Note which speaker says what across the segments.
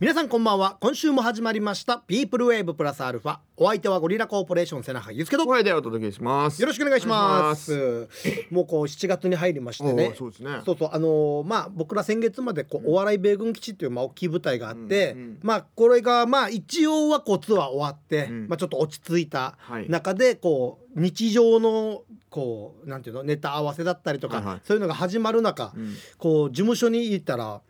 Speaker 1: 皆さんこんばんは今週も始まりましたピープルウェーブプラスアルファお相手はゴリラコーポレーション瀬中ゆすけとよ
Speaker 2: 声でお届けします。
Speaker 1: ろしくお願いしますもうこう7月に入りましてね
Speaker 2: おーそうですね
Speaker 1: そうそうあのーまあ僕ら先月までこうお笑い米軍基地というまあ大きい舞台があって、
Speaker 2: うんうん
Speaker 1: まあこれがまあ一応はこうツアー終わって、
Speaker 2: うん
Speaker 1: まあちょっと落ち着いた
Speaker 2: はい
Speaker 1: 中でこう日常のこうなんていうのネタ合わせだったりとか、
Speaker 2: はいはい
Speaker 1: そういうのが始まる中、
Speaker 2: うん
Speaker 1: こう事務所に行ったら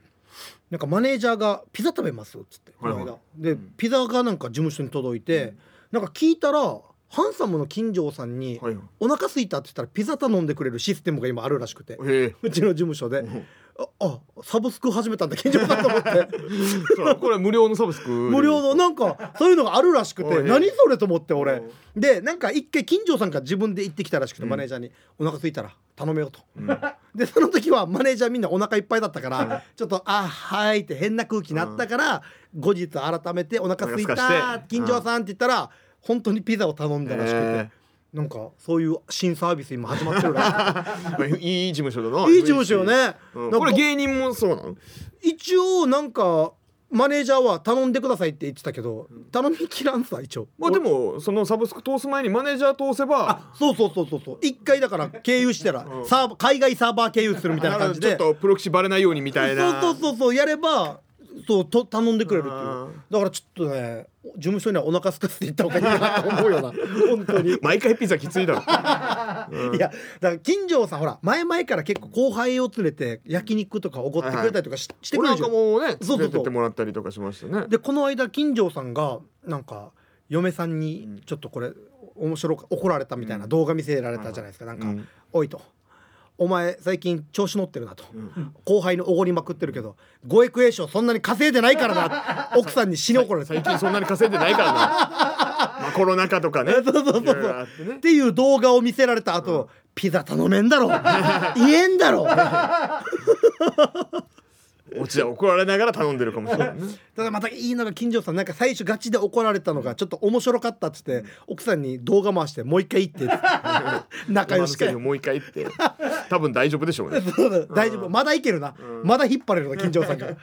Speaker 1: なんかマネージャーが「ピザ食べます」っつってこ
Speaker 2: はい
Speaker 1: の
Speaker 2: はい
Speaker 1: 間でピザがなんか事務所に届いて、なんか聞いたらハンサムの金城さんに
Speaker 2: はいはい
Speaker 1: 「お腹すいた」って言ったらピザ頼んでくれるシステムが今あるらしくて。
Speaker 2: へ え。
Speaker 1: うちの事務所で
Speaker 2: ん
Speaker 1: 「ああサブスク始めたんだ金城さん」と思って
Speaker 2: そうこれ無料のサブスク。
Speaker 1: 無料のなんかそういうのがあるらしく
Speaker 2: おい
Speaker 1: て
Speaker 2: おい
Speaker 1: 何それと思って俺
Speaker 2: お
Speaker 1: でなんか一回金城さんが自分で行ってきたらしくてマネージャーに「お腹すいたら頼めよ」と。
Speaker 2: うん。は
Speaker 1: でその時はマネージャーみんなお腹いっぱいだったからちょっと「あはい」って変な空気になったから後日改めて「お腹すい
Speaker 2: お腹すか
Speaker 1: た
Speaker 2: して
Speaker 1: 金城さん」って言ったら本当にピザを頼んだらしくて
Speaker 2: え
Speaker 1: なんかそういう新サービス今始まってるら
Speaker 2: ーいい事務所だ
Speaker 1: し
Speaker 2: な。
Speaker 1: いいい事務所よね
Speaker 2: うん。
Speaker 1: なんか
Speaker 2: これ芸人もそうなの。
Speaker 1: 一応なんかマネージャーは頼んでくださいって言ってたけど頼みきらんさ一応
Speaker 2: まあでもそのサブスク通す前にマネージャー通せば。
Speaker 1: そうそうそうそうそう一回だから経由したらサーバー海外サーバー経由するみたいな感じ
Speaker 2: ちょ
Speaker 1: で
Speaker 2: っとプロキシバレないようにみたいな。
Speaker 1: そうそうそうそうやればそうと頼んでくれるっていう
Speaker 2: あ
Speaker 1: だからちょっとね事務所にはお腹すかせていった方がいいなと思うよな本当に、
Speaker 2: 毎回ピザきつ いだろ。
Speaker 1: いやだから金城さんほら前々から結構後輩を連れて焼肉とかおごってくれたりとかし,、てく
Speaker 2: 俺
Speaker 1: れ
Speaker 2: な
Speaker 1: る
Speaker 2: ん
Speaker 1: じゃ
Speaker 2: か
Speaker 1: ん
Speaker 2: もうね
Speaker 1: そうそうそう
Speaker 2: 連れてってもらったりとかしましたね。
Speaker 1: でこの間金城さんがなんか嫁さんにちょっとこれ面白か怒られたみたいな動画見せられたじゃないですか、なんか、
Speaker 2: うん
Speaker 1: おいと。お前最近調子乗ってるなと、後輩のおごりまくってるけど5エクエーションそんなに稼いでないから な奥さんに死に怒られた
Speaker 2: 最近そんなに稼いでな いからな。まあコロナ禍とかね。そうそうそうそう。
Speaker 1: っていう動画を見せられた後、ピザ頼めんだろ 言えんだろた
Speaker 2: 落合怒られながら頼んでるかもしれないね。
Speaker 1: だまたいいのが金城さんなんか最初ガチで怒られたのがちょっと面白かったっつって奥さんに動画回してもう一回言って 仲良しか
Speaker 2: 今のセリフもう一回 言って多分大丈夫でしょうね
Speaker 1: 大丈夫まだいけるな、まだ引っ張れるな金城さん がい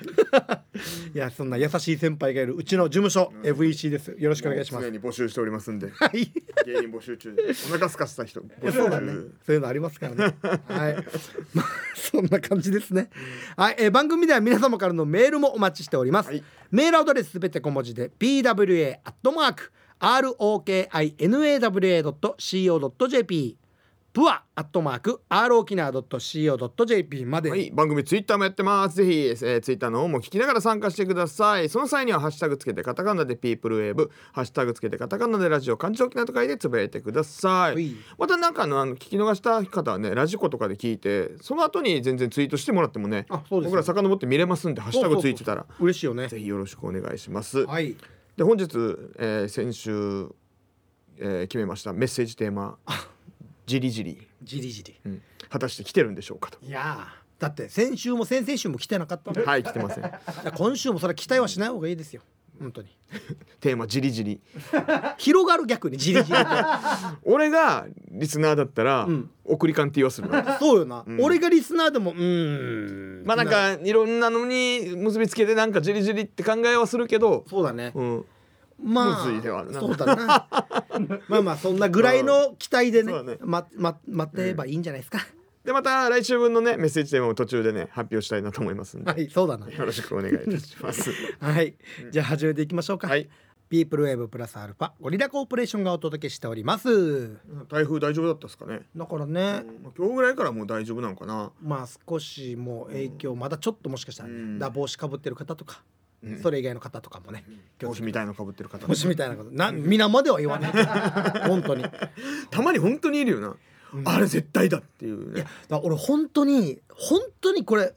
Speaker 1: やそんな優しい先輩がいるうちの事務所 FEC ですよろしくお願いします
Speaker 2: 常に募集しておりま すんで
Speaker 1: はい
Speaker 2: 芸人募集中お腹すかせた人募集
Speaker 1: そうだね。そういうのありますからね。 はい。まあそんな感じですね。はい、えー番組では皆様からのメールもお待ちしております。
Speaker 2: はい
Speaker 1: メールアドレスすべて小文字で pwa アットマーク rokinawa.co.jp プアアットマーク rokina.co.jp まで。
Speaker 2: はい番組ツイッターもやってますぜひ、えー、ツイッターの方も聞きながら参加してくださいその際にはハッシュタグつけてカタカナでピープルウェーブハッシュタグつけてカタカナでラジオ感情沖縄と書いてつぶやいてください、
Speaker 1: はい
Speaker 2: またなんかあのあの聞き逃した方はねラジコとかで聞いてその後に全然ツイートしてもらってもね
Speaker 1: あそうですね
Speaker 2: 僕ら遡って見れますんでハッシュタグついてたら
Speaker 1: 嬉しいよね。
Speaker 2: ぜひよろしくお願いします、
Speaker 1: はい。
Speaker 2: で本日、えー先週、えー決めましたメッセージテーマ「じりじり
Speaker 1: じりじり」。
Speaker 2: うん果たして来てるんでしょうかと
Speaker 1: いやー。だって先週も先々週も来てなかったん だよ
Speaker 2: はい来てません
Speaker 1: 今週もそれは期待はしない方がいいですよ本当に
Speaker 2: テーマ「じりじり
Speaker 1: 広がる逆にじりじ りと」
Speaker 2: 俺がリスナーだったら、送り感って言わす るな
Speaker 1: そうよな、俺がリスナーでもうーん
Speaker 2: まあなんかいろんなのに結びつけてなんかじりじりって考えはするけど、
Speaker 1: そうだね、
Speaker 2: うん、
Speaker 1: まあ
Speaker 2: むずいではあるな
Speaker 1: そうだ なまあまあそんなぐらいの期待でね,、
Speaker 2: そうだね
Speaker 1: まま待てばいいんじゃないですか、
Speaker 2: でまた来週分のねメッセージテーマも途中でね発表したいなと思いますんで、
Speaker 1: はいそうだな
Speaker 2: よろしくお願いいたし ます。
Speaker 1: はいじゃあ始めていきましょうか、
Speaker 2: はい、
Speaker 1: ピープルウェーブプラスアルファゴリラコーポレーションがお届けしております
Speaker 2: 台風大丈夫だったですかね、
Speaker 1: だからね、
Speaker 2: まあ今日ぐらいからもう大丈夫なのかな
Speaker 1: まあ少しもう影響まだちょっともしかしたらね、
Speaker 2: うん
Speaker 1: だから帽子かぶってる方とか、それ以外の方とかもね、
Speaker 2: 帽子みたいなの被ってる方
Speaker 1: 帽子みたいなことな皆までは言わない本当に
Speaker 2: たまに本当にいるよな、あれ絶対だっていう
Speaker 1: いや
Speaker 2: ね
Speaker 1: だから俺本当に本当にこれ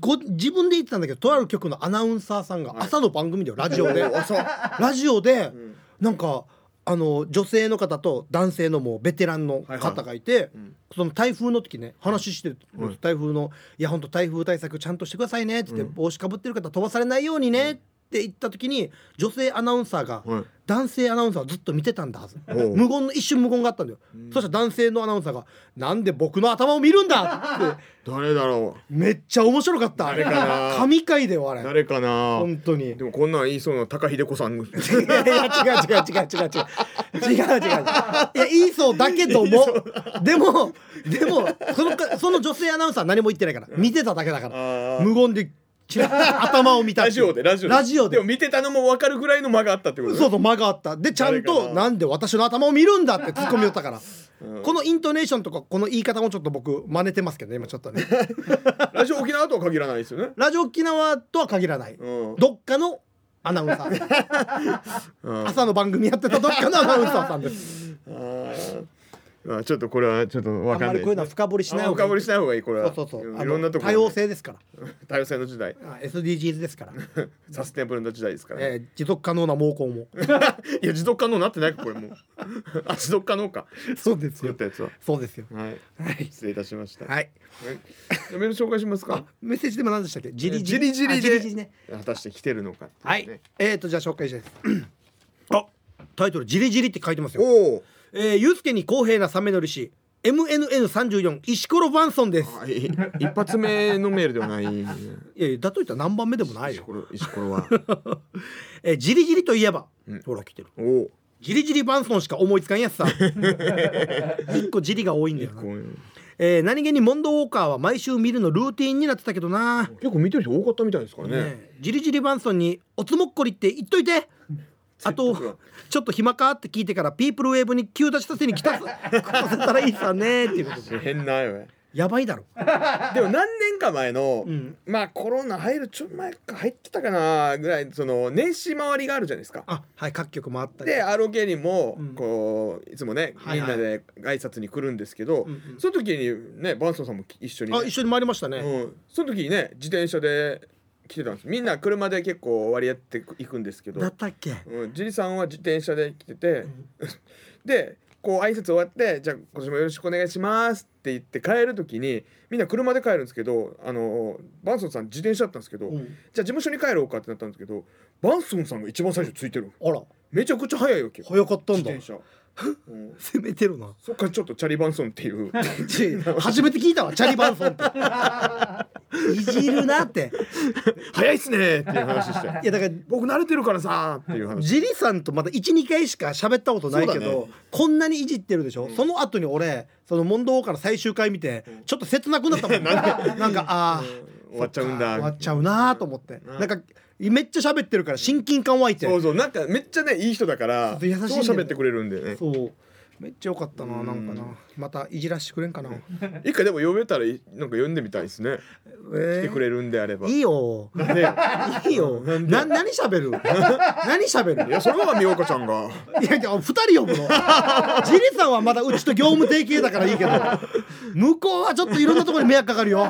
Speaker 1: ご自分で言ってたんだけどとある局のアナウンサーさんが朝の番組でラジオで ラジオでなんかあの女性の方と男性のもうベテランの方がいてその台風の時ね話してる台風の「いや本当台風対策ちゃんとしてくださいね」って言って帽子かぶってる方飛ばされないようにねってって行った時に女性アナウンサーが
Speaker 2: はい
Speaker 1: 男性アナウンサーをずっと見てたんだはず
Speaker 2: おう
Speaker 1: 無言の一瞬無言があったんだよ、そしたら男性のアナウンサーが「なんで僕の頭を見るんだ!」って
Speaker 2: 誰だろ
Speaker 1: めっちゃ面白かったあれ
Speaker 2: 誰かな
Speaker 1: 神回だよあ
Speaker 2: う
Speaker 1: れ
Speaker 2: 誰かな
Speaker 1: 本当に。
Speaker 2: でもこんなん言いそうな高秀子さん
Speaker 1: いやいや違う違う違う違う違う違う違う違ういやいいそうだけどもでもでもそのかその女性アナウンサーは何も言ってないから見てただけだから
Speaker 2: あー
Speaker 1: 無言でチラッと頭を見たっていう
Speaker 2: ラジオでラジオで
Speaker 1: ラジオで
Speaker 2: でも見てたのも分かるぐらいの間があったってこと
Speaker 1: そうそう間があったでちゃん
Speaker 2: 誰か
Speaker 1: と「
Speaker 2: な
Speaker 1: なんで私の頭を見るんだ」ってツッコミをったから、
Speaker 2: うん
Speaker 1: このイントネーションとかこの言い方もちょっと僕真似てますけどね今ちょっとね
Speaker 2: ラジオ沖縄とは限らないですよね
Speaker 1: ラジオ沖縄とは限らない、
Speaker 2: うん
Speaker 1: どっかのアナウンサー
Speaker 2: うん
Speaker 1: 朝の番組やってたどっかのアナウンサーさんです
Speaker 2: あーあ ちょっとこれはちょっと分
Speaker 1: あん
Speaker 2: か
Speaker 1: ま
Speaker 2: んな
Speaker 1: り
Speaker 2: い
Speaker 1: こういうのは深掘りしない
Speaker 2: あ
Speaker 1: 方
Speaker 2: 深掘
Speaker 1: がい
Speaker 2: り
Speaker 1: い
Speaker 2: しない方がいいこれ
Speaker 1: そう
Speaker 2: は
Speaker 1: そうそうあ
Speaker 2: い
Speaker 1: の
Speaker 2: ろんなとこ
Speaker 1: 多
Speaker 2: ろ
Speaker 1: 様性ですから
Speaker 2: 多様性の時 代
Speaker 1: あ SDGs ですから、
Speaker 2: サステナブルな時代ですから、ね
Speaker 1: えー持続可能な毛 根も
Speaker 2: いや持続可能になってないかこれもう あ持続可能か
Speaker 1: そうです
Speaker 2: 作ったやつは
Speaker 1: そうですよ
Speaker 2: はい
Speaker 1: はい、
Speaker 2: 失礼いたしました
Speaker 1: はい、
Speaker 2: はいじゃあメール紹介しますか
Speaker 1: メッセージでも何でしたっけジリジ
Speaker 2: ジ
Speaker 1: リ
Speaker 2: リジリ
Speaker 1: あ
Speaker 2: で
Speaker 1: ジリジリね
Speaker 2: 果たして来てるのかって
Speaker 1: は
Speaker 2: う
Speaker 1: い
Speaker 2: ね。
Speaker 1: えー、とじゃあ紹介します。あ、タイトルジリジリって書いてますよ。
Speaker 2: おお
Speaker 1: えー、ゆうすけに公平なサメ乗りし、MNN 三十四石ころファンソンです。
Speaker 2: あい一発目のメールではないね
Speaker 1: いやいやだといったら何番目でもない
Speaker 2: 石
Speaker 1: よ。
Speaker 2: ころ 石ころは
Speaker 1: えー、ジリジリといえば、
Speaker 2: うん
Speaker 1: ほら来てる。
Speaker 2: おお
Speaker 1: ジリジリバンソンしか思いつかんやつ さ。一個ジリが多いんだよな。えー、何気にモンドウォーカーは毎週見るのルーティンになってたけどな。ね
Speaker 2: 結構見てる人多かったみたいですからね
Speaker 1: え、ジリジリバンソンにおつもっこりって言っといて。あと
Speaker 2: 説得が
Speaker 1: ちょっと暇かって聞いてからピープルウェーブに急出しさせに来たさせたらいいさねっていうことで
Speaker 2: 変なよね
Speaker 1: やばいだろ、
Speaker 2: でも何年か前の、
Speaker 1: うん、
Speaker 2: まあコロナ入るちょっと前か入ってたかなぐらいその年始回りがあるじゃないですか
Speaker 1: あはい各局回ったり
Speaker 2: で ROK にも
Speaker 1: うん
Speaker 2: こういつもね
Speaker 1: は
Speaker 2: み
Speaker 1: い
Speaker 2: ん
Speaker 1: はい
Speaker 2: なで挨拶に来るんですけど、
Speaker 1: うんうん
Speaker 2: その時にねバンソンさんも一緒に、ね
Speaker 1: あ一緒に回りましたね、
Speaker 2: うん、その時にね自転車で来てたんですみんな車で結構割り合っていくんですけど
Speaker 1: だっ、たっけ
Speaker 2: うん、ジリさんは自転車で来てて、
Speaker 1: ん
Speaker 2: でこう挨拶終わって「じゃあ今年もよろしくお願いします」って言って帰る時にみんな車で帰るんですけどあのバンソンさん自転車だったんですけど、
Speaker 1: うん
Speaker 2: じゃあ事務所に帰ろうかってなったんですけどバンソンさんが一番最初ついてる
Speaker 1: あら
Speaker 2: めちゃくちゃ速いわけよ
Speaker 1: 早かったん
Speaker 2: 自
Speaker 1: だ
Speaker 2: 転車、うん
Speaker 1: 攻めてるな
Speaker 2: そっからちょっとチャリバンソンって いう。
Speaker 1: ち初めて聞いたわチャリバンソンっていじるなって
Speaker 2: 早いっすねっていう話して
Speaker 1: いやだから
Speaker 2: 僕慣れてるからさーっていう話
Speaker 1: ジリさんとまだ12回しか喋ったことないけ
Speaker 2: そう
Speaker 1: ど、こんなにいじってるでしょ、その後に俺その問答から最終回見てちょっと切なくなったも ん なんかああ
Speaker 2: 終わっちゃうんだ
Speaker 1: 終わっちゃうなと思って、
Speaker 2: うん
Speaker 1: なんかめっちゃ喋ってるから親近感湧いて
Speaker 2: そうそうなんかめっちゃねいい人だから
Speaker 1: ちょっと優しいんだよね
Speaker 2: そう喋ってくれるんでね
Speaker 1: そうめっちゃ良かったな
Speaker 2: うん
Speaker 1: なんかなまたいじらしてくれんかな、
Speaker 2: 一回でも呼べたらいなんか呼んでみたいですね来てくれるんであれば
Speaker 1: いいよいいよな何喋 る何喋る
Speaker 2: いやそれは美岡ちゃんが
Speaker 1: いやいや2人呼ぶの ジリさんはまだうちと業務提携だからいいけど向こうはちょっといろんなところに迷惑かかるよ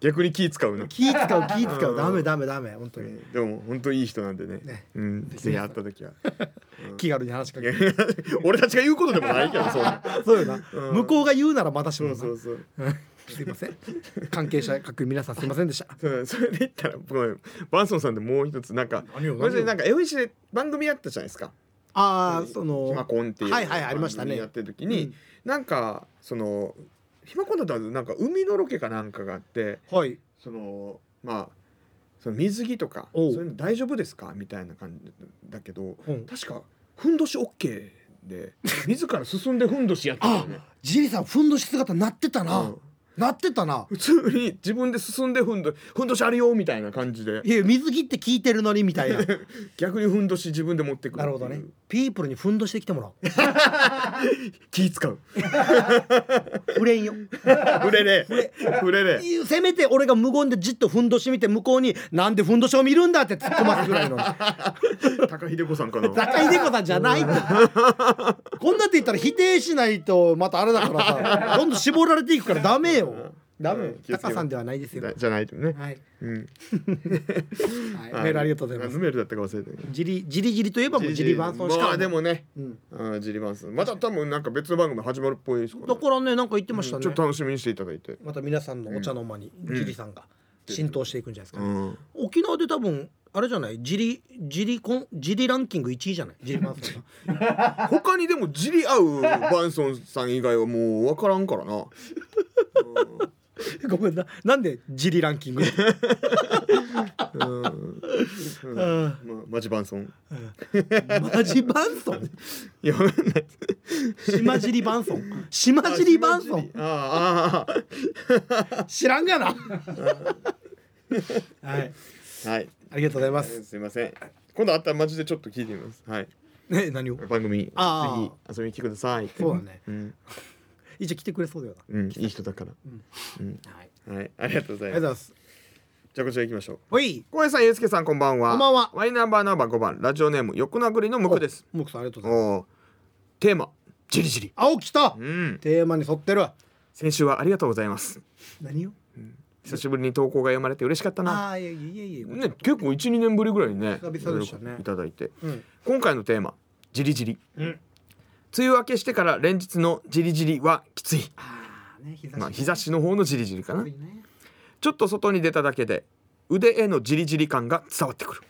Speaker 2: 逆に気使うな
Speaker 1: 気使う気使うダメダメダメ本当に
Speaker 2: でも本当いい人なんでね
Speaker 1: ね
Speaker 2: うんぜひ会った時は
Speaker 1: 気軽に話しか
Speaker 2: い
Speaker 1: け
Speaker 2: や
Speaker 1: る
Speaker 2: いや俺たちが言うことでもないけどそう
Speaker 1: そうよな向こうが言うならまたしもな
Speaker 2: そうそう
Speaker 1: すいません関係者各位皆さんすいませんでした
Speaker 2: そうそれで言ったらごめんバンソンさんでもう一つなんか
Speaker 1: 何よ何よ
Speaker 2: これでなんか FEC で番組やったじゃないですか
Speaker 1: ああそ
Speaker 2: ひま
Speaker 1: の
Speaker 2: コンっていう
Speaker 1: はいはいありましたね
Speaker 2: 番組やってる時に、
Speaker 1: うん
Speaker 2: なんかそのひまコンだったらなんか海のロケかなんかがあって
Speaker 1: はい
Speaker 2: そのまあその水着とかそう
Speaker 1: おう
Speaker 2: いうの大丈夫ですかみたいな感じだけど、
Speaker 1: うん
Speaker 2: 確かふんどし OK で自ら進んでふんどしやってたよ
Speaker 1: あ
Speaker 2: ね。
Speaker 1: ジリさんふんどし姿なってた
Speaker 2: う
Speaker 1: なんなってたな
Speaker 2: 普通に自分で進んでふんどふんどしあるよみたいな感じで
Speaker 1: いや水着って聞いてるのにみたい な
Speaker 2: 逆にふんどし自分で持ってくる
Speaker 1: なるほどねピープルにふんどしてきてもらおう
Speaker 2: 気使う
Speaker 1: 触れんよ
Speaker 2: 触 れれ触れれ
Speaker 1: せめて俺が無言でじっとふんどし見て向こうに「なんでふんどしを見るんだ!」って突っ込ますぐらいの
Speaker 2: 高秀子さん かな
Speaker 1: 高井猫さんじゃないってこんなって言ったら否定しないとまたあれだからさどんどん絞られていくからダメよダメよ
Speaker 2: うん気をつけま
Speaker 1: 高
Speaker 2: す
Speaker 1: さんではないですよ
Speaker 2: だじゃないとね。
Speaker 1: はい、
Speaker 2: うん。
Speaker 1: はい、メールありがとうございます
Speaker 2: 何のメールだったか忘れてる。
Speaker 1: じりじりじりといえばもうじりばんそうし
Speaker 2: ま
Speaker 1: か
Speaker 2: あでもね。
Speaker 1: うん
Speaker 2: うんジリバンソン。また多分なんか別の番組始まるっぽいですから
Speaker 1: だ
Speaker 2: ね。
Speaker 1: からねなんか言ってまし
Speaker 2: ちょ
Speaker 1: た
Speaker 2: っ
Speaker 1: ね、
Speaker 2: と楽しみにしていただいて。
Speaker 1: また皆さんのお茶の間にじりさんが浸透していくんじゃないですか
Speaker 2: う、ん。
Speaker 1: 沖縄で多分あれじゃないジリジリコンジリランキング1位じゃないジリマンソンが
Speaker 2: 他にでもじり合うバンソンさん以外はもう分からんからな
Speaker 1: ごめんななんでジリランキ ングうん
Speaker 2: まマジバンソン
Speaker 1: マジバンソン
Speaker 2: いやわかんない
Speaker 1: 島尻バンソン島尻バンソン
Speaker 2: あー
Speaker 1: 知らん がなはい
Speaker 2: あーはい
Speaker 1: ありがとうございます
Speaker 2: すいません今度あったらマジでちょっと聞いてみますはい
Speaker 1: ね何を
Speaker 2: 番組ぜ
Speaker 1: あー
Speaker 2: ひ遊びに来てくださいって
Speaker 1: そうだね
Speaker 2: うん、
Speaker 1: 一応来てくれそうだよ
Speaker 2: うん、いい人だから
Speaker 1: なはい
Speaker 2: はいありがとうござ
Speaker 1: あ
Speaker 2: い
Speaker 1: り
Speaker 2: ま
Speaker 1: がとうございま
Speaker 2: す
Speaker 1: す
Speaker 2: じゃあこちら行きましょう
Speaker 1: ほい
Speaker 2: 小林さんゆうすけさんこんばんは
Speaker 1: こんばんは
Speaker 2: ワイナンバーナンバー5番ラジオネーム横殴りのムクです
Speaker 1: モクさんありがとうござ
Speaker 2: お
Speaker 1: います
Speaker 2: おーテーマじりじり
Speaker 1: 青来た
Speaker 2: うん
Speaker 1: テーマに沿ってる
Speaker 2: 先週はありがとうございます
Speaker 1: 何を
Speaker 2: 久しぶりに投稿が読まれて嬉しかったな
Speaker 1: ああいやいやいやいや
Speaker 2: ね結構12年ぶりぐらいにね
Speaker 1: 久々でしたね
Speaker 2: いただいて
Speaker 1: うん
Speaker 2: 今回のテーマじりじり
Speaker 1: うん
Speaker 2: 梅雨明けしてから連日のじりじりはきつい
Speaker 1: ああね日差し
Speaker 2: まあ日差しの方のじりじりかな
Speaker 1: 多いね
Speaker 2: ちょっと外に出ただけで腕へのじりじり感が伝わってくる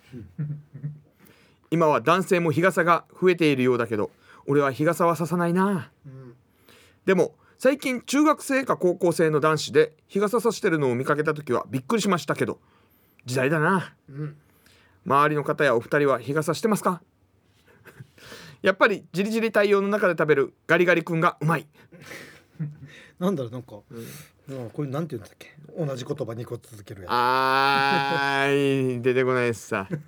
Speaker 2: 今は男性も日傘が増えているようだけど俺は日傘はささないな
Speaker 1: うん
Speaker 2: でも最近中学生か高校生の男子で日傘さしてるのを見かけた時はびっくりしましたけど時代だな
Speaker 1: うん
Speaker 2: 周りの方やお二人は日傘してますか やっぱりじりじり対応の中で食べるガリガリ君がうまい
Speaker 1: なんだろうなんかうんこれなんて言うんだっけ同じ言葉2個続けるや
Speaker 2: あーい出てこないです さ今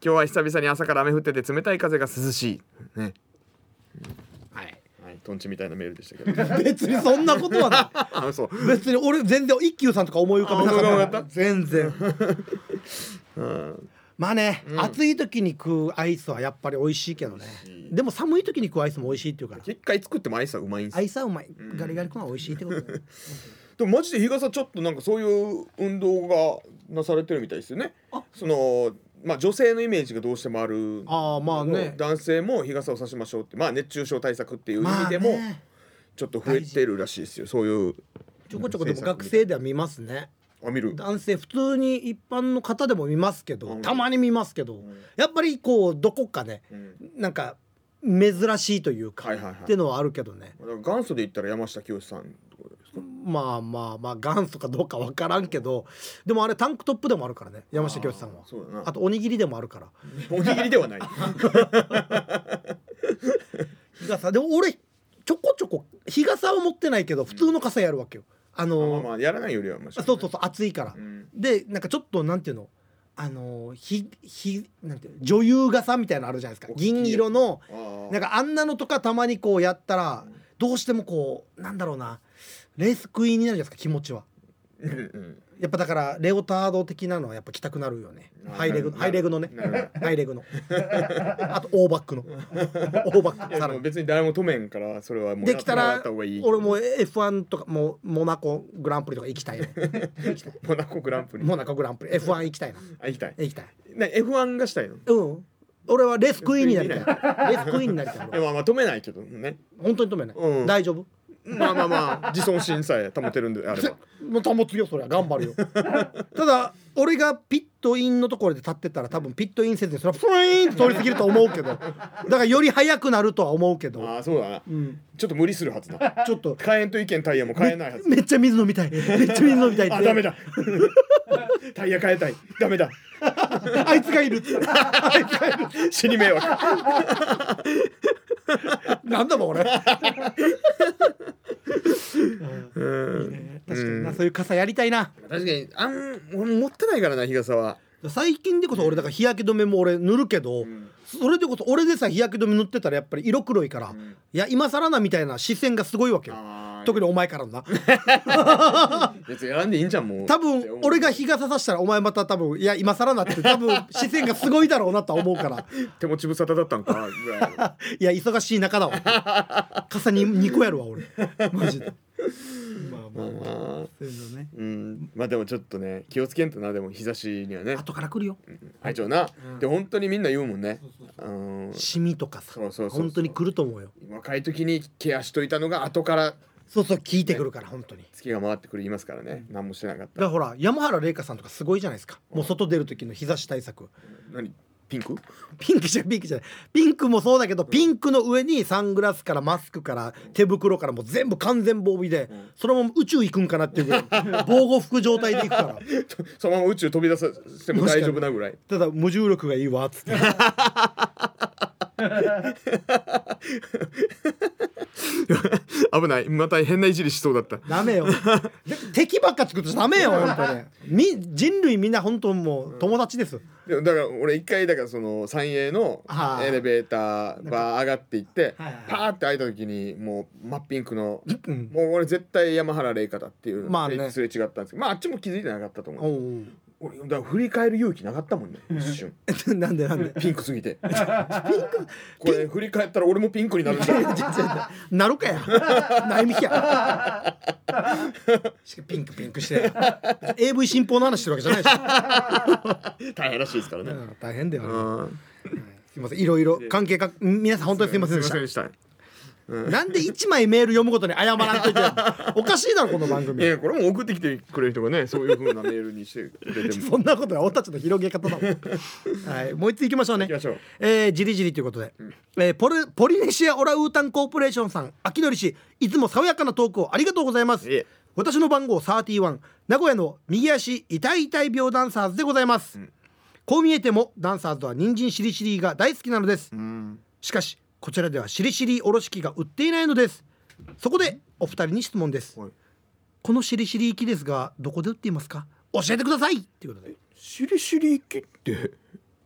Speaker 2: 日は久々に朝から雨降ってて冷たい風が涼しいね
Speaker 1: つはい
Speaker 2: はいトンチみたいなメールでしたけど
Speaker 1: 別にそんなことはない
Speaker 2: あ嘘
Speaker 1: 別に俺全然一休さんとか思い浮かべな
Speaker 2: あ思い
Speaker 1: か
Speaker 2: 浮
Speaker 1: っ
Speaker 2: か
Speaker 1: た全 然まあね、暑い時に食うアイスはやっぱり美味しいけどねでも寒い時に食うアイスも美味しいっていうから
Speaker 2: 結界作ってもアイスはうまいんです
Speaker 1: ア
Speaker 2: よ
Speaker 1: イスはうまいガリガリ君は美味しいってこと だよ
Speaker 2: でもマジで日傘ちょっとなんかそういう運動がなされてるみたいですよねそのまあ女性のイメージがどうしてもある
Speaker 1: ああまあね
Speaker 2: 男性も日傘をさしましょうってまあ熱中症対策っていう意味でも
Speaker 1: まあね
Speaker 2: ちょっと増えてるらしいですよそういう
Speaker 1: ちょこちょこでも学生では見ますね
Speaker 2: あ見る
Speaker 1: 男性普通に一般の方でも見ますけど
Speaker 2: うん
Speaker 1: たまに見ますけどやっぱりこうどこかね
Speaker 2: うん
Speaker 1: なんか珍しいというか
Speaker 2: はいはいはい
Speaker 1: っていうのはあるけどね
Speaker 2: だから元祖で言ったら山下清さんとかですか
Speaker 1: まあまあまあ元祖かどうかわからんけどでもあれタンクトップでもあるからね山下教授さんは
Speaker 2: あーそうだな
Speaker 1: あとおにぎりでもあるから
Speaker 2: おにぎりではない
Speaker 1: 日傘でも俺ちょこちょこ日傘は持ってないけど普通の傘やるわけよあ
Speaker 2: まあ
Speaker 1: の
Speaker 2: まあやらないよりはまし
Speaker 1: そうそうそう暑いから
Speaker 2: ん
Speaker 1: でなんかちょっとなんていうのあのひひなんていうの女優傘みたいなのあるじゃないですか
Speaker 2: 大きいやつ
Speaker 1: 銀色の
Speaker 2: あ
Speaker 1: なんかあんなのとかたまにこうやったらどうしてもこうなんだろうなレースクイーンになるじゃないですか気持ちは。
Speaker 2: うん
Speaker 1: やっぱだからレオタード的なのはやっぱ着たくなるよね
Speaker 2: あ
Speaker 1: ハイレグ
Speaker 2: なる
Speaker 1: ハイレグのね
Speaker 2: なる
Speaker 1: ハイレグ のあとオーバックのオーバックさらに
Speaker 2: 別に誰も止めんからそれはもう
Speaker 1: できた
Speaker 2: や
Speaker 1: ら
Speaker 2: った方がいい
Speaker 1: 俺も F1 とかもうモナコグランプリとか行きたいよ 行きたい
Speaker 2: モナコグランプリ
Speaker 1: モナコグランプリ F1 行きたいな
Speaker 2: あ行きたい
Speaker 1: 行きたい
Speaker 2: な F1 がしたいの
Speaker 1: うん俺はレースクイーンになりたいレースクイーンになりたい俺
Speaker 2: え
Speaker 1: は
Speaker 2: まあまあ止めないけどね
Speaker 1: 本当に止めない、
Speaker 2: うん
Speaker 1: 大丈夫
Speaker 2: まあまあまあ自尊心さえ保てるんであれ ば
Speaker 1: もう保つよそりゃ頑張るよ ただ俺がピットインのところで立ってたら多分ピットインせずにそれはプイーンって通り過ぎると思うけどだからより速くなるとは思うけど、
Speaker 2: ああそうだな
Speaker 1: うん、
Speaker 2: ちょっと無理するは ずだ
Speaker 1: ちょっと
Speaker 2: 買えんと意見タイヤも買えないはず
Speaker 1: めっちゃ水飲みたいめっちゃ水飲みたいって
Speaker 2: あダメだタイヤ変えたいダ メだ
Speaker 1: あいつがいるっつったらあいつがいる
Speaker 2: 死に迷惑
Speaker 1: なんだもん俺うんいいね確かになそういう傘やりたいな
Speaker 2: 確かにあん俺持ってないからな日傘は
Speaker 1: 最近でこそ俺だから日焼け止めも俺塗るけど、それでこそ俺でさえ日焼け止め塗ってたらやっぱり色黒いから、いや今更なみたいな視線がすごいわけよ
Speaker 2: あ
Speaker 1: 特にお前からのな
Speaker 2: 別に選んでいいんじゃんもう
Speaker 1: 多分俺が日傘さしたらお前また多分いや今更なって多分視線がすごいだろうなとは思うから
Speaker 2: 手持ち無沙汰だったんかぐらい の
Speaker 1: いや忙しい中だわ 傘に2個やるわ俺マジでまあまあ
Speaker 2: まあ
Speaker 1: そういうのね
Speaker 2: うんまあでもちょっとね気をつけんとなでも日差しにはね
Speaker 1: 後から来るよ
Speaker 2: 会長な、で本当にみんな言うもんねうん
Speaker 1: シミとかさ
Speaker 2: そうそうそうそう
Speaker 1: 本当に来ると思うよ
Speaker 2: 若い時にケアしといたのが後から
Speaker 1: そうそう聞いてくるから本当にだか
Speaker 2: 月が回ってくる言いますからね、何もしてなかった
Speaker 1: らほら山原玲香さんとかすごいじゃないですかもう外出る時の日差し対策
Speaker 2: 何ピンク
Speaker 1: ピンクじゃピンクじゃないピンクもそうだけどピンクの上にサングラスからマスクから手袋からもう全部完全防備で
Speaker 2: ん
Speaker 1: そのまま宇宙行くんかなっていうぐ らい防護服状態で行くから
Speaker 2: とそのまま宇宙飛び出さしても大丈夫なぐらい
Speaker 1: ただ無重力がいいわっつって
Speaker 2: 危ないまた変ないじりしそうだった
Speaker 1: ダメよで敵ばっか作ってダメよ本当にみ人類みんな本当もう友達です
Speaker 2: でもだから俺一回だからその三栄の
Speaker 1: はい
Speaker 2: エレベーターバー上がっていって
Speaker 1: はいはい
Speaker 2: パーって開いた時にもう真っピンクの
Speaker 1: うん
Speaker 2: もう俺絶対山原玲香だっていう
Speaker 1: まあね
Speaker 2: すれ違ったんですけどまああっちも気づいてなかったと
Speaker 1: お
Speaker 2: 思う
Speaker 1: う
Speaker 2: 俺だから振り返る勇気なかったもんね一瞬
Speaker 1: おう なんでなんで
Speaker 2: ピンクすぎて ピンクこれ振り返ったら俺もピンクになるんだよ
Speaker 1: なるかや。ないみきや。 ピンクピンクして。AV 新法の話してるわけじゃないでしょ
Speaker 2: 大変らしいですからね
Speaker 1: うん。大変だよ、
Speaker 2: う
Speaker 1: ね。
Speaker 2: ん
Speaker 1: すみません。いろいろ関係か皆さん本当にすみませんでし
Speaker 2: す
Speaker 1: た
Speaker 2: い。ませんでした
Speaker 1: なんで一枚メール読むごとに謝らんとい てんの。おかしいだろこの番
Speaker 2: い
Speaker 1: 組。
Speaker 2: やこれも送ってきてくれる人 がねそういう風なメールにしてくれても
Speaker 1: そんなことは俺たちの広げ方だもん。はい。もう一つ行きましょうね。
Speaker 2: 行きましょう
Speaker 1: えー、じりじりということで、えーポルポリネシアオラウータンコーポレーションさん秋典氏いつも爽やかなトークをありがとうございます
Speaker 2: いえ
Speaker 1: 私の番号31名古屋の右足痛い痛い病ダンサーズでございます、こう見えてもダンサーズは人参しりしりが大好きなのです、
Speaker 2: うん
Speaker 1: しかしこちらではしりしりおろし器が売っていないのですそこでお二人に質問です、
Speaker 2: はい
Speaker 1: このしりしり器ですがどこで売っていますか教えてくだ さいということで
Speaker 2: しりしり切って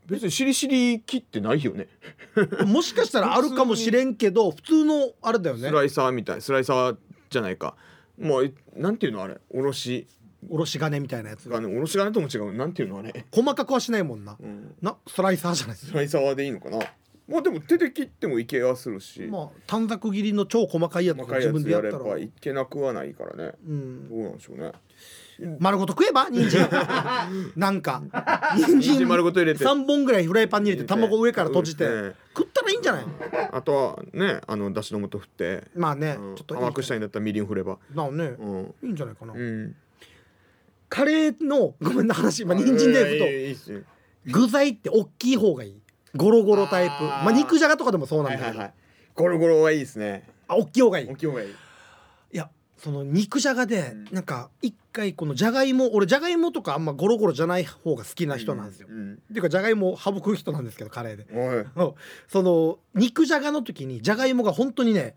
Speaker 2: 別にしりしり切ってないよね
Speaker 1: もしかしたらあるかもしれんけど普通のあれだよね
Speaker 2: スライサーみたいスライサーじゃないかもうなんていうのあれおろし
Speaker 1: おろし金みたいなやつが
Speaker 2: がねおろし金とも違うなんていうのあれ、
Speaker 1: 細かくはしないもんな、
Speaker 2: うん、
Speaker 1: なスライサーじゃないです
Speaker 2: スライサーでいいのかなまあでも手で切ってもいけはするし、
Speaker 1: まあ短冊切りの超細かいやつとか
Speaker 2: 若
Speaker 1: 自
Speaker 2: いや
Speaker 1: 分
Speaker 2: つ
Speaker 1: でや
Speaker 2: や
Speaker 1: った
Speaker 2: れ
Speaker 1: ら
Speaker 2: ばいけなくはないからね
Speaker 1: うん
Speaker 2: どうなんでしょうね
Speaker 1: 丸ごと食えば人 参なんか人
Speaker 2: 人
Speaker 1: 参
Speaker 2: 参丸ごと入れて
Speaker 1: 3本ぐらいフライパンに入れて
Speaker 2: 入れて
Speaker 1: 卵上から閉じて、
Speaker 2: うん
Speaker 1: 食ったらいいんじゃない
Speaker 2: あとはねあのだしの素振って、
Speaker 1: まあね、
Speaker 2: うん
Speaker 1: ちょっといい
Speaker 2: 甘くしたいんだったらみりん振れば
Speaker 1: なあね、
Speaker 2: うん、
Speaker 1: いいんじゃないかな、
Speaker 2: うん、
Speaker 1: カレーのごめんな話、まあ、人参でいくと
Speaker 2: いいいいいっすよ
Speaker 1: 具材って大きい方がいいゴロゴロタイプ
Speaker 2: あー
Speaker 1: まあ肉じゃがとかでもそうなん
Speaker 2: は
Speaker 1: だ
Speaker 2: い
Speaker 1: けど、
Speaker 2: はいはいゴロゴロはいいですね
Speaker 1: あ大きい方がいい
Speaker 2: 大きい方がいい
Speaker 1: いやその肉じゃがで、なんか一回このじゃがいも俺じゃがいもとかあんまゴロゴロじゃない方が好きな人なんですよ、
Speaker 2: うんうん
Speaker 1: っていうかじゃがいもを省く人なんですけどカレーで
Speaker 2: おい
Speaker 1: うんその肉じゃがの時にじゃがいもが本当にね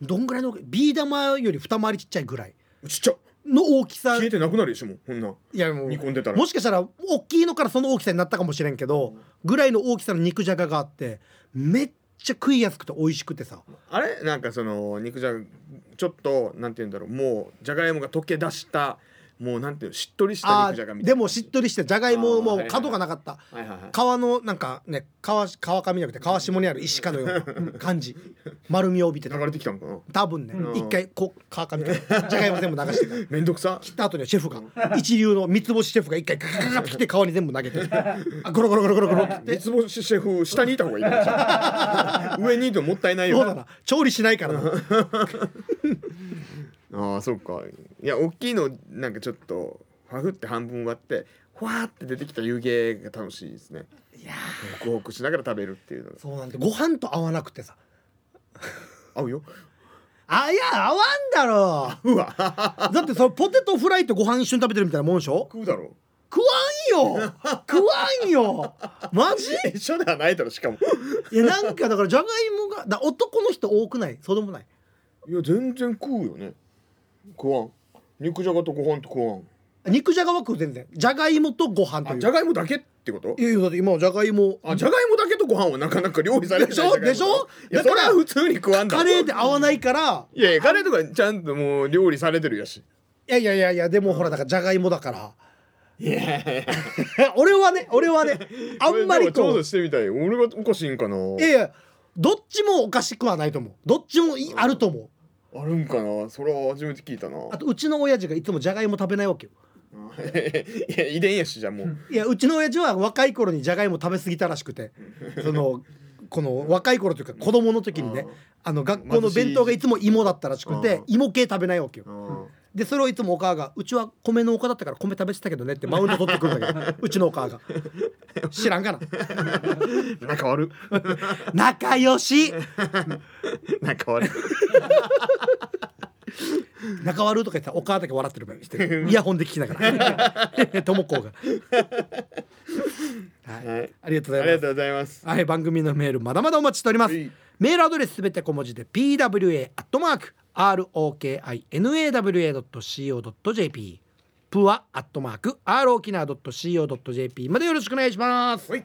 Speaker 1: どんぐらいのビー玉より二回りちっちゃいぐらい
Speaker 2: ちっちゃ
Speaker 1: の大きさ
Speaker 2: 消えてなくなるでしょもうこんなん
Speaker 1: いやも
Speaker 2: 煮込んでた
Speaker 1: う
Speaker 2: ら
Speaker 1: もしかしたら大きいのからその大きさになったかもしれんけどぐらいの大きさの肉じゃががあってめっちゃ食いやすくて美味しくてさ
Speaker 2: あれなんかその肉じゃがちょっとなんて言うんだろうもうじゃがいもが溶け出したもうなんていうのしっとりした
Speaker 1: あ
Speaker 2: 肉じゃが
Speaker 1: ー
Speaker 2: みたいな
Speaker 1: でもしっとりしてじゃがいも
Speaker 2: あー
Speaker 1: も
Speaker 2: は
Speaker 1: う
Speaker 2: いはいはい
Speaker 1: 角がなかった
Speaker 2: はいはいはい
Speaker 1: 川のなんかね川川上じゃなくて川下にある石かのような感じ丸みを帯びてた
Speaker 2: 流れてきたのかな
Speaker 1: 多分ね
Speaker 2: うん
Speaker 1: 一回こう川上からじゃがいも全部流してから
Speaker 2: めんどくさ
Speaker 1: 切った後にはシェフが一流の三つ星シェフが一回ガガガガってきて川に全部投げてあゴロゴロゴロゴロゴロって
Speaker 2: 三つ星シェフ下にいた方がいいねじゃ あ上にいてももったいない
Speaker 1: そ
Speaker 2: よ
Speaker 1: うだな調理しないからな
Speaker 2: ああそうかいや大きいのなんかちょっとファフって半分割ってふわーって出てきた湯気が楽しいですね
Speaker 1: いや
Speaker 2: ホクホクしながら食べるっていうのが
Speaker 1: そうなんだご飯と合わなくてさ
Speaker 2: 合うよ
Speaker 1: あいや合わんだろ
Speaker 2: うわ
Speaker 1: だってそのポテトフライとご飯一緒に食べてるみたいなもんでしょ
Speaker 2: 食うだろ
Speaker 1: 食わんよ食わんよマジ
Speaker 2: う一緒ではないだろしかも
Speaker 1: いやなんかだからじゃがいもがだ男の人多くないそうでもない
Speaker 2: いや全然食うよね食わん肉じゃがとご飯と食わん
Speaker 1: 肉じゃがは食う全然じゃがいもとご飯と
Speaker 2: あ
Speaker 1: いう
Speaker 2: じゃがいもだけってこと
Speaker 1: いやいやだって今はじゃがいも
Speaker 2: あじゃがいもだけとご飯はなかなか料理されない
Speaker 1: でしょ
Speaker 2: じゃがいも
Speaker 1: でしょ
Speaker 2: い
Speaker 1: だ
Speaker 2: やそ
Speaker 1: か
Speaker 2: れ
Speaker 1: ら
Speaker 2: は普通に食わんだろ
Speaker 1: カレーで合わないから
Speaker 2: いやいやカレーとかちゃんともう料理されてるやし
Speaker 1: いやいやいやいやでもほらだからじゃがいもだから
Speaker 2: いやいやい や
Speaker 1: 俺はね俺はねあんまり
Speaker 2: これでも
Speaker 1: こ
Speaker 2: 調
Speaker 1: う
Speaker 2: 査してみたい俺がおかしいんかない
Speaker 1: やいやどっちもおかしくはないと思うどっちもいあると思う
Speaker 2: あるんかなそれは初めて聞いたな
Speaker 1: あとうちの親父がいつもじゃがいも食べないわけよ
Speaker 2: いや遺伝やしじゃあもう
Speaker 1: いやうちの親父は若い頃にじゃがいも食べ過ぎたらしくてそのこの若い頃というか子供の時にねあの学校の弁当がいつも芋だったらしく
Speaker 2: うん
Speaker 1: て芋系食べないわけよ
Speaker 2: うん
Speaker 1: でそれをいつもお母が「うちは米のお母だったから米食べてたけどね」ってマウント取ってくるんだけど うちのお母が知らんかな
Speaker 2: 仲悪い
Speaker 1: 仲良し
Speaker 2: 仲悪い
Speaker 1: 仲悪いとか言ってたらお母だけ笑ってるして るイヤホンで聞きながら ともこが
Speaker 2: はい
Speaker 1: ありがとう
Speaker 2: あ
Speaker 1: ございま
Speaker 2: りが
Speaker 1: す
Speaker 2: とうございます
Speaker 1: はい番組のメールまだまだお待ちしております
Speaker 2: はい
Speaker 1: メールアドレスすべて小文字で pwa アットマーク rokinawa.co.jp プアアットマーク rokina.co.jp までよろしくお願いします
Speaker 2: はい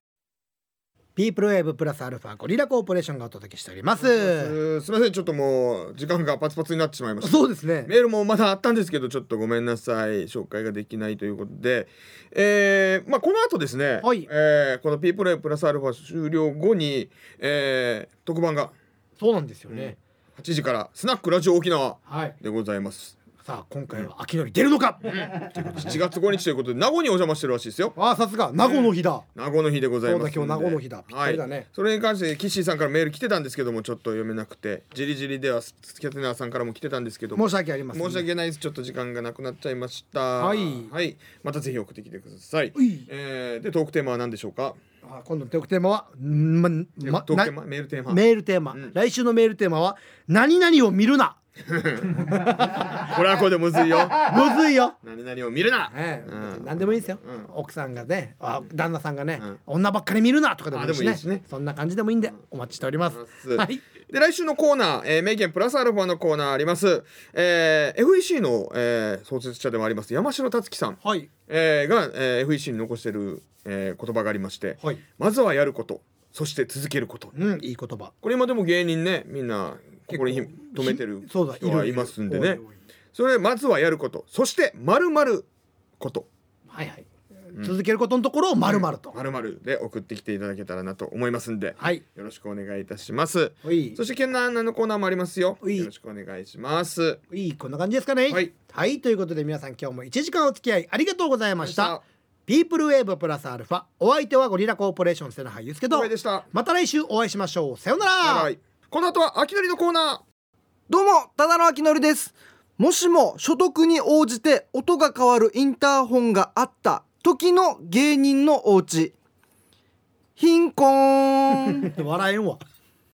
Speaker 1: ピープルウェーブプラスアルファゴリラコーポレーションがお届けしておりま
Speaker 2: う
Speaker 1: す
Speaker 2: ーすみませんちょっともう時間がパツパツになってしまいました
Speaker 1: そうですね
Speaker 2: メールもまだあったんですけどちょっとごめんなさい紹介ができないということで、えーまあ、この後ですね、
Speaker 1: はい
Speaker 2: えーこの「ピープレイプラスアルファ」終了後に、えー特番が
Speaker 1: そうなんですよね、
Speaker 2: 8時から「スナックラジオ沖縄
Speaker 1: はい」
Speaker 2: でございます
Speaker 1: さあ今回は秋のり出るのか、
Speaker 2: 7月5日ということで名護にお邪魔してるらしいですよ
Speaker 1: ああさすが名護の日だ、
Speaker 2: 名護の日でございますんで
Speaker 1: そうだ今日名護の日だぴったりだね
Speaker 2: はい、それに関してキッシーさんからメール来てたんですけどもちょっと読めなくてじりじりではスキャテナーさんからも来てたんですけども
Speaker 1: 申し訳ありません
Speaker 2: 申し訳ないですちょっと時間がなくなっちゃいました
Speaker 1: はい
Speaker 2: またぜひ送ってきてくださいう
Speaker 1: い
Speaker 2: えーでトークテーマは何でしょうか
Speaker 1: あー今度のトークテーマは、んまま
Speaker 2: トークテー
Speaker 1: な
Speaker 2: マメールテーマ
Speaker 1: メールテーマ、来週のメールテーマは何々を見るな
Speaker 2: これはこれでむず いよ
Speaker 1: むずいよ、
Speaker 2: 何々を見るな、
Speaker 1: ええ
Speaker 2: うん
Speaker 1: 何でもいいですよ、
Speaker 2: うん
Speaker 1: 奥さんがねあ旦那さんがね、
Speaker 2: うん
Speaker 1: 女ばっかり見るなとかでもいいしね
Speaker 2: あでもいいしね
Speaker 1: そんな感じでもいいんでお待ちしております、はい
Speaker 2: で来週のコーナー、えー、名言プラスアルファのコーナーあります、えー、FEC の、えー創設者でもあります山城達樹さん、
Speaker 1: はい
Speaker 2: えーが、えー FEC に残してる、えー言葉がありまして、
Speaker 1: はい
Speaker 2: まずはやることそして続けること
Speaker 1: うんいい言葉
Speaker 2: これ今でも芸人ねみんなここにひ止めてる
Speaker 1: ひ
Speaker 2: 人
Speaker 1: そうだる
Speaker 2: はい
Speaker 1: る
Speaker 2: ますんで
Speaker 1: おいおい
Speaker 2: ね
Speaker 1: おい
Speaker 2: それまずはやることそしてまるまること
Speaker 1: はいはい、続けることのところをまるまると、
Speaker 2: まるまるで送ってきていただけたらなと思いますんで、
Speaker 1: はい
Speaker 2: よろしくお願いいたします
Speaker 1: おい
Speaker 2: そしてけんなあんなのコーナーもありますよ
Speaker 1: はい
Speaker 2: よろしくお願いします
Speaker 1: いいこんな感じですかね
Speaker 2: はい、
Speaker 1: ということで皆さん今日も1時間お付き合いありがとうございまし
Speaker 2: あり
Speaker 1: た
Speaker 2: がとう
Speaker 1: ピープルウェーブプラスアルファお相手はゴリラコーポレーション瀬名俳優ですけど
Speaker 2: 上でした
Speaker 1: また来週お会いしましょうさようなら
Speaker 2: はいこの後は秋のりのコーナー
Speaker 3: どうも、ただのあきのりです。もしも所得に応じて音が変わるインターホンがあった時の芸人のお家。貧困。
Speaker 1: 笑えんわ